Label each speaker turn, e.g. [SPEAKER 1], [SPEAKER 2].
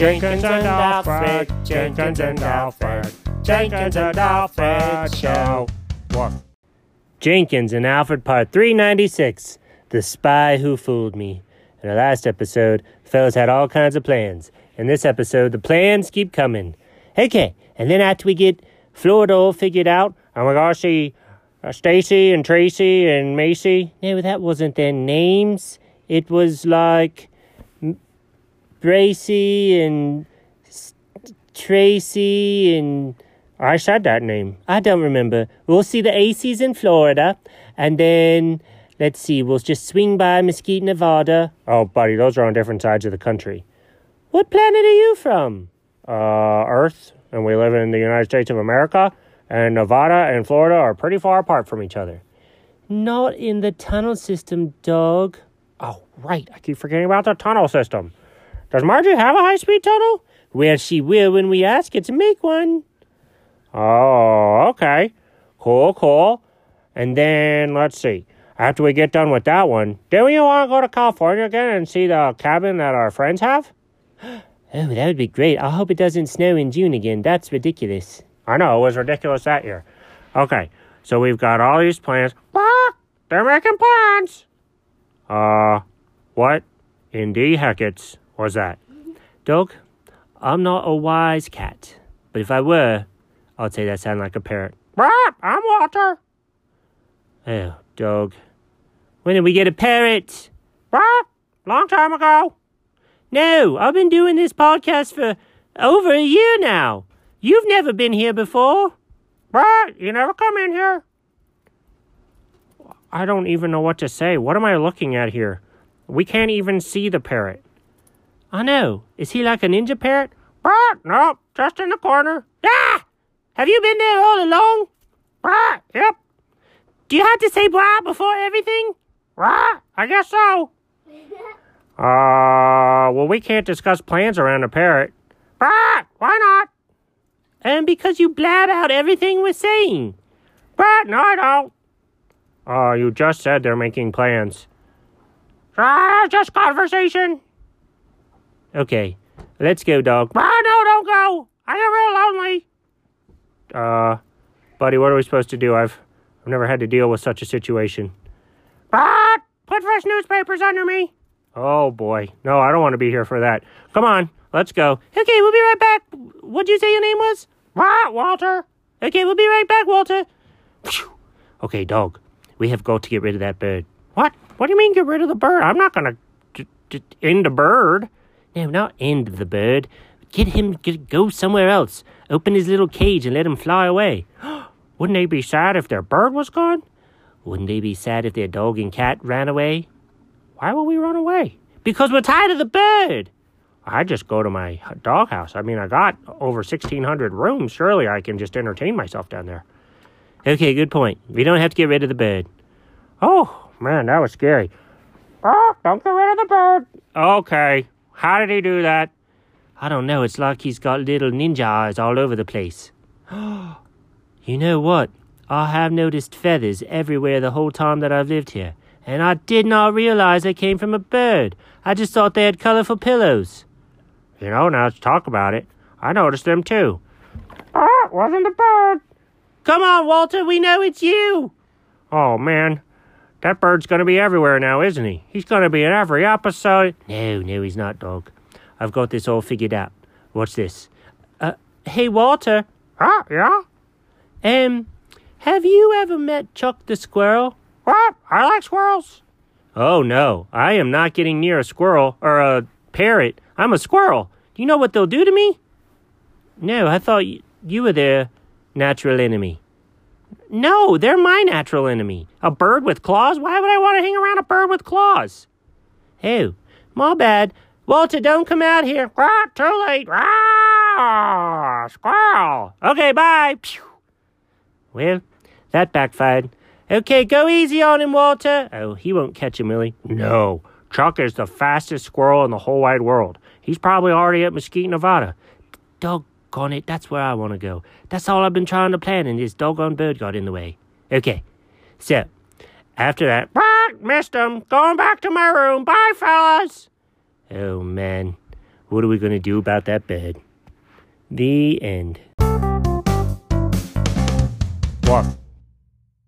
[SPEAKER 1] Jenkins and Alfred, Jenkins and Alfred, Jenkins and Alfred Show. What? Jenkins and Alfred Part 396 The Spy Who Fooled Me. In the last episode, the fellas had all kinds of plans. In this episode, the plans keep coming. Okay, and then after we get Florida all figured out, and we're gonna see uh, Stacy and Tracy and Macy. No, that wasn't their names. It was like Bracy and S- Tracy and I said that name. I don't remember. We'll see the ACs in Florida, and then let's see. We'll just swing by Mesquite, Nevada. Oh, buddy, those are on different sides of the country. What planet are you from? Uh, Earth, and we live in the United States of America. And Nevada and Florida are pretty far apart from each other. Not in the tunnel system, dog. Oh, right. I keep forgetting about the tunnel system. Does Marjorie have a high speed tunnel? Well, she will when we ask her to make one. Oh, okay. Cool, cool. And then let's see. After we get done with that one, then we want to go to California again and see the cabin that our friends have? Oh, that would be great. I hope it doesn't snow in June again. That's ridiculous. I know, it was ridiculous that year. Okay, so we've got all these plans. Ah, they're making plans! Uh, what in the heckets was that? Dog, I'm not a wise cat, but if I were, I'd say that sounded like a parrot. Ah, I'm Walter! Oh, dog. When did we get a parrot? Ah, long time ago. No, I've been doing this podcast for over a year now. You've never been here before. Right, you never come in here. I don't even know what to say. What am I looking at here? We can't even see the parrot. I know. Is he like a ninja parrot? Right, no, just in the corner. Ah! Have you been there all along? Right, yep. Do you have to say blah before everything? Right, I guess so. Uh, well, we can't discuss plans around a parrot. But why not? And because you blab out everything we're saying. But no, I don't. Uh, you just said they're making plans. Ah, just conversation. Okay, let's go, dog. Ah, no, don't go. I get real lonely. Uh, buddy, what are we supposed to do? I've, I've never had to deal with such a situation. Ah, put fresh newspapers under me. Oh boy. No, I don't want to be here for that. Come on, let's go. Okay, we'll be right back. What'd you say your name was? Ah, Walter. Okay, we'll be right back, Walter. Phew. Okay, dog. We have got to get rid of that bird. What? What do you mean get rid of the bird? I'm not gonna d- d- end the bird. No, not end the bird. Get him to go somewhere else. Open his little cage and let him fly away. Wouldn't they be sad if their bird was gone? Wouldn't they be sad if their dog and cat ran away? Why will we run away? Because we're tired of the bird. I just go to my doghouse. I mean, I got over 1,600 rooms. Surely I can just entertain myself down there. Okay, good point. We don't have to get rid of the bird. Oh, man, that was scary. Oh, don't get rid of the bird. Okay. How did he do that? I don't know. It's like he's got little ninja eyes all over the place. You know what? I have noticed feathers everywhere the whole time that I've lived here, and I did not realize they came from a bird. I just thought they had colorful pillows. You know, now let's talk about it. I noticed them too. Ah, it wasn't a bird. Come on, Walter, we know it's you. Oh, man. That bird's going to be everywhere now, isn't he? He's going to be in every episode. No, no, he's not, dog. I've got this all figured out. What's this? Uh, hey, Walter. Ah, yeah? Um, have you ever met Chuck the squirrel? What? I like squirrels. Oh no, I am not getting near a squirrel or a parrot. I'm a squirrel. Do you know what they'll do to me? No, I thought y- you were their natural enemy. No, they're my natural enemy. A bird with claws? Why would I want to hang around a bird with claws? Oh, my bad. Walter, don't come out here. Ah, too late. Ah, squirrel. Okay, bye. Phew. Well, that backfired. Okay, go easy on him, Walter. Oh, he won't catch him, will he? No. Chuck is the fastest squirrel in the whole wide world. He's probably already at Mesquite, Nevada. Doggone it, that's where I want to go. That's all I've been trying to plan, and this doggone bird got in the way. Okay, so after that, ah, missed him. Going back to my room. Bye, fellas. Oh, man. What are we going to do about that bed? The end. What?